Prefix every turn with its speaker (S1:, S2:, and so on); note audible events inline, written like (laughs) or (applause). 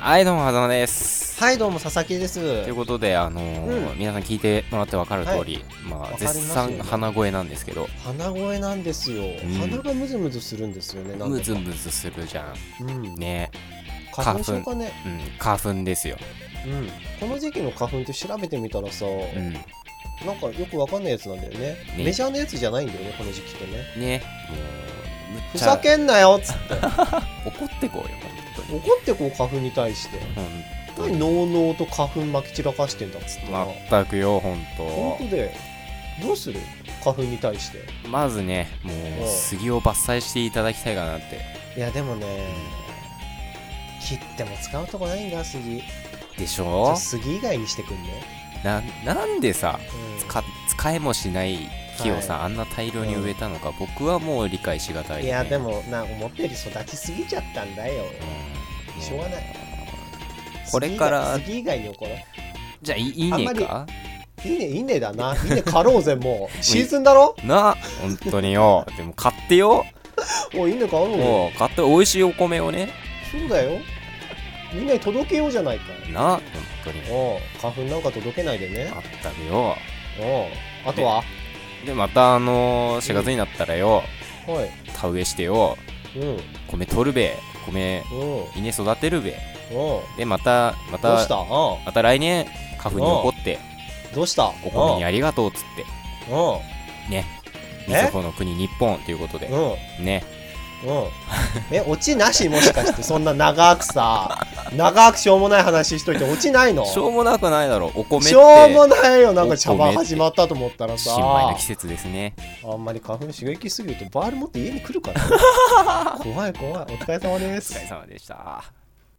S1: はいどうもはざまです
S2: はいどうも佐々木です
S1: ということであのー
S2: うん
S1: 皆さん聞いてもらって分かる通り、ま
S2: わかり
S1: あ
S2: ますよ
S1: 絶賛鼻声なんですけど
S2: 鼻声なんですよ、
S1: ん
S2: 鼻がムズムズするんですよねなん
S1: ム
S2: で
S1: ズムズするじゃ
S2: うん
S1: んね
S2: 花粉症かね
S1: うん花粉ですよ
S2: うんこの時期の花粉って調べてみたらさ、
S1: うん
S2: なんかよくわかんないやつなんだよね
S1: ね
S2: メジャーなやつじゃないんだよねこの時期ってね
S1: ねもうむ
S2: ふ
S1: っちゃ
S2: ざけんなよっつって
S1: 怒ってこうよ本当に
S2: 怒ってこう花粉に対して
S1: 本当
S2: 何
S1: に
S2: のうのうと花粉まき散らかしてんだっつってな
S1: 全くよ本
S2: 本当でどうする花粉に対して
S1: 当まずねもう
S2: おう
S1: 杉を伐採していただきたいかなって
S2: いやでもね切っても使うとこないんだ杉
S1: でし
S2: じゃあ
S1: ょ
S2: 杉以外にしてくんね、
S1: ななんでさ
S2: うん
S1: か使えもしない木をさ、あんな大量に植えたのか、僕はもう理解しがたい、ね、
S2: いやでもな思ったより育ちすぎちゃったんだよ
S1: うん、
S2: しょうがない
S1: これから
S2: 次以外に怒ろう
S1: じゃあいいいねか
S2: いいねいいねだないいね買ろうぜも
S1: (laughs)
S2: うシーズンだろ
S1: な本当によでも買ってよ
S2: おいいね買おうよ
S1: もう買って美味しいお米をね
S2: そうだよみんなに届けようじゃないか
S1: な本当に
S2: おう花粉なんか届けないでね
S1: あったくよ
S2: おうあとは
S1: でまたあのー4月になったらよ
S2: はい
S1: 田植えしてよ
S2: うん
S1: 米取るべ米
S2: うんうん
S1: 稲育てるべ
S2: ど
S1: でまたま
S2: う
S1: た
S2: したあ
S1: また来年花粉に怒って
S2: どうした
S1: お米に
S2: あ
S1: ありがとうっつって
S2: うん
S1: ね
S2: え
S1: みずほの国日本ということで
S2: うん
S1: ね
S2: うん、えオチなしもしかしてそんな長くさ長くしょうもない話しといてオチな
S1: (laughs)
S2: いの
S1: しょうもなくないだろお米って
S2: しょうもないよなんか茶番始まったと思ったら
S1: 新米の
S2: さ
S1: 季節ですね
S2: あんまり花粉刺
S1: (laughs)
S2: 激すぎるとバール持って家に来るから怖い怖いお疲れ様で
S1: お
S2: す
S1: 疲れ様でした